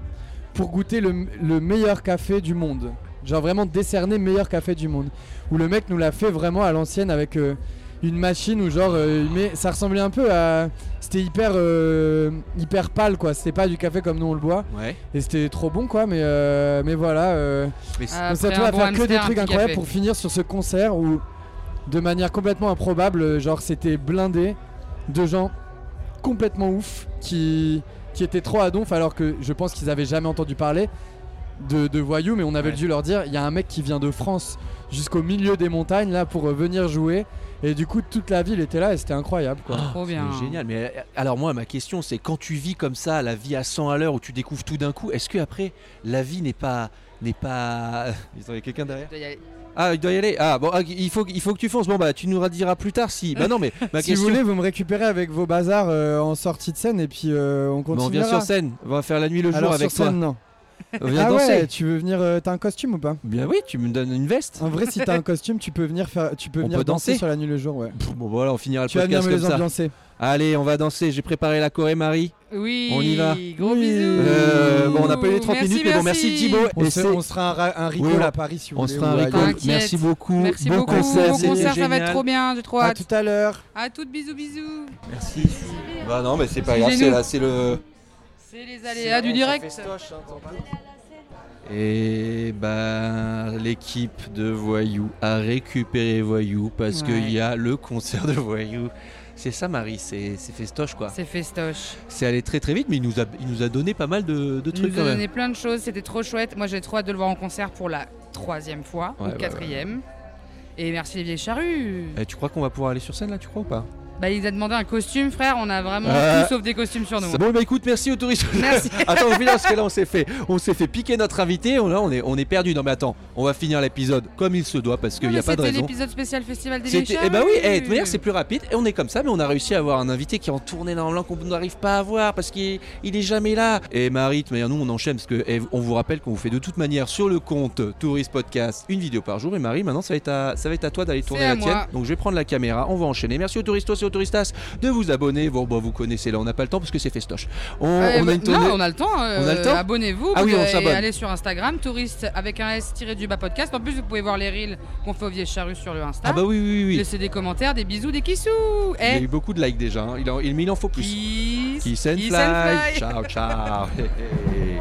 [SPEAKER 2] pour goûter le, le meilleur café du monde genre vraiment décerné meilleur café du monde où le mec nous l'a fait vraiment à l'ancienne avec euh, une machine où genre euh, il met- ça ressemblait un peu à c'était hyper euh, hyper pâle quoi c'était pas du café comme nous on le boit
[SPEAKER 1] Ouais.
[SPEAKER 2] et c'était trop bon quoi mais euh, mais voilà euh,
[SPEAKER 1] Mais c'est-
[SPEAKER 3] Ah, Après
[SPEAKER 2] on s'attend à
[SPEAKER 3] un bon
[SPEAKER 2] faire que des
[SPEAKER 3] hamster, un
[SPEAKER 2] trucs
[SPEAKER 3] petit
[SPEAKER 2] incroyables
[SPEAKER 3] café.
[SPEAKER 2] pour finir sur ce concert où de manière complètement improbable euh, genre c'était blindé de gens complètement ouf qui qui étaient trop à donf alors que je pense qu'ils avaient jamais entendu parler de, de voyous mais on avait
[SPEAKER 1] Ouais.
[SPEAKER 2] dû leur dire il y a un mec qui vient de France jusqu'au milieu des montagnes là pour euh, venir jouer et du coup toute la ville était là et c'était incroyable quoi.
[SPEAKER 3] Trop
[SPEAKER 1] Ah, c'est
[SPEAKER 3] bien.
[SPEAKER 1] génial. Mais euh, alors moi, ma question, c'est quand tu vis comme ça, la vie à 100 à l'heure, où tu découvres tout d'un coup, est-ce que après, la vie n'est pas, n'est pas. Il y a quelqu'un derrière.
[SPEAKER 3] Il y a-
[SPEAKER 1] Ah, il doit y aller. Ah bon, ah, il faut, il faut que tu fonces. Bon bah, tu nous rediras plus tard si. Bah non, mais ma
[SPEAKER 2] si
[SPEAKER 1] question.
[SPEAKER 2] vous voulez vous me récupérez avec vos bazars euh, en sortie de scène et puis euh, on
[SPEAKER 1] Bah, on
[SPEAKER 2] continuera.
[SPEAKER 1] vient sur scène. On va faire la nuit le jour
[SPEAKER 2] Alors
[SPEAKER 1] avec
[SPEAKER 2] sur scène non.
[SPEAKER 1] toi. On vient
[SPEAKER 2] ah
[SPEAKER 1] danser.
[SPEAKER 2] ouais, tu veux venir euh, t'as un costume ou pas
[SPEAKER 1] Bien oui, tu me donnes une veste.
[SPEAKER 2] En vrai, si t'as un costume, tu peux venir faire, tu peux
[SPEAKER 1] On
[SPEAKER 2] venir
[SPEAKER 1] peut
[SPEAKER 2] danser,
[SPEAKER 1] danser.
[SPEAKER 2] sur la nuit le jour, ouais.
[SPEAKER 1] Pff, Bon voilà, on finira le
[SPEAKER 2] Tu vas venir
[SPEAKER 1] podcast
[SPEAKER 2] me les
[SPEAKER 1] comme ça.
[SPEAKER 2] ambiancer.
[SPEAKER 1] Allez, on va danser. J'ai préparé la Corée Marie.
[SPEAKER 3] Oui,
[SPEAKER 1] On y va.
[SPEAKER 3] Gros
[SPEAKER 2] Oui.
[SPEAKER 3] bisous.
[SPEAKER 1] Euh, bon, on n'a pas eu les 30
[SPEAKER 3] Merci,
[SPEAKER 1] minutes, mais bon, merci Thibaut.
[SPEAKER 2] On,
[SPEAKER 1] Et
[SPEAKER 2] se-
[SPEAKER 1] c'est-
[SPEAKER 2] on sera un, ra- un
[SPEAKER 1] Oui,
[SPEAKER 2] recall
[SPEAKER 1] on-
[SPEAKER 2] à Paris si vous
[SPEAKER 1] on
[SPEAKER 2] voulez.
[SPEAKER 1] se fera un
[SPEAKER 2] ou à
[SPEAKER 1] record.
[SPEAKER 2] Lyon.
[SPEAKER 3] T'inquiète.
[SPEAKER 1] Merci beaucoup.
[SPEAKER 3] Merci
[SPEAKER 1] bon
[SPEAKER 3] beaucoup.
[SPEAKER 1] concert,
[SPEAKER 3] bon
[SPEAKER 1] c'était
[SPEAKER 3] concert, ça va être
[SPEAKER 1] génial.
[SPEAKER 3] trop bien, j'ai trop
[SPEAKER 2] À
[SPEAKER 3] hâte.
[SPEAKER 2] tout à l'heure.
[SPEAKER 3] À toutes, bisous, bisous.
[SPEAKER 1] Merci. Bah non, mais c'est pas
[SPEAKER 3] C'est
[SPEAKER 1] grave,
[SPEAKER 3] chez
[SPEAKER 1] c'est
[SPEAKER 3] nous.
[SPEAKER 1] là, c'est le.
[SPEAKER 3] C'est les aléas du direct.
[SPEAKER 1] Et bah l'équipe de Voyou a récupéré Voyou parce
[SPEAKER 3] Ouais.
[SPEAKER 1] qu'il y a le concert de Voyou. C'est ça Marie, c'est c'est festoche quoi.
[SPEAKER 3] C'est festoche.
[SPEAKER 1] C'est allé très très vite mais il nous a, il nous a donné pas mal de, de
[SPEAKER 3] Il
[SPEAKER 1] trucs
[SPEAKER 3] nous
[SPEAKER 1] quand
[SPEAKER 3] a
[SPEAKER 1] même.
[SPEAKER 3] donné plein de choses, c'était trop chouette. Moi, j'ai trop hâte de le voir en concert pour la troisième fois,
[SPEAKER 1] Ouais,
[SPEAKER 3] ou
[SPEAKER 1] ouais,
[SPEAKER 3] quatrième. Et merci les vieilles charrues.
[SPEAKER 1] Eh, tu crois qu'on va pouvoir aller sur scène là, tu crois ou pas
[SPEAKER 3] Bah, il nous a demandé un costume, frère. On a vraiment
[SPEAKER 1] Euh,
[SPEAKER 3] tout sauf des costumes sur nous. hein.
[SPEAKER 1] Bon bah écoute, merci aux touristes.
[SPEAKER 3] Merci.
[SPEAKER 1] attends, au final, parce que là on s'est fait, on s'est fait piquer notre invité, on, là, on est, on est perdu. Non mais attends, on va finir l'épisode comme il se doit parce qu'il
[SPEAKER 3] Non,
[SPEAKER 1] n'y
[SPEAKER 3] mais
[SPEAKER 1] a pas de
[SPEAKER 3] C'était
[SPEAKER 1] raison.
[SPEAKER 3] l'épisode spécial Festival des Vieilles
[SPEAKER 1] C'était-
[SPEAKER 3] Charrues.
[SPEAKER 1] Eh ben oui, eh, de toute manière c'est plus rapide et on est comme ça, mais on a réussi à avoir un invité qui est en tournée dans blanc qu'on n'arrive pas à voir parce qu'il est- il est jamais là. Et Marie, de toute manière, nous on enchaîne parce que eh, on vous rappelle qu'on vous fait de toute manière sur le compte Tourist Podcast une vidéo par jour. Et Marie, maintenant ça va être à, ça va être à toi d'aller tourner
[SPEAKER 3] C'est à
[SPEAKER 1] la tienne.
[SPEAKER 3] moi.
[SPEAKER 1] Donc je vais prendre la caméra, on va enchaîner. Merci aux touristos et aux touristas de vous abonner. Bon, bah, vous connaissez là, on n'a pas le temps parce que c'est festoche. On,
[SPEAKER 3] Euh,
[SPEAKER 1] on a une
[SPEAKER 3] bah,
[SPEAKER 1] tournée.
[SPEAKER 3] Non, on a le temps. euh,
[SPEAKER 1] On a le temps
[SPEAKER 3] Abonnez-vous.
[SPEAKER 1] Ah
[SPEAKER 3] vous
[SPEAKER 1] oui, on
[SPEAKER 3] allez-
[SPEAKER 1] s'abonne.
[SPEAKER 3] Allez sur Instagram, touriste avec un S tiré du bas podcast. En plus, vous pouvez voir les reels qu'on fait aux vieilles charrues sur le Insta.
[SPEAKER 1] Ah bah oui, oui, oui.
[SPEAKER 3] Laissez des commentaires, des bisous, des kissous.
[SPEAKER 1] Il y a
[SPEAKER 3] Eh,
[SPEAKER 1] eu beaucoup de likes déjà, hein. il, en, il, mais il en faut plus.
[SPEAKER 3] kiss,
[SPEAKER 1] Kiss and
[SPEAKER 3] kiss
[SPEAKER 1] fly.
[SPEAKER 3] fly.
[SPEAKER 1] Ciao, ciao. Hey, hey.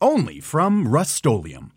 [SPEAKER 5] Only from Rust-Oleum.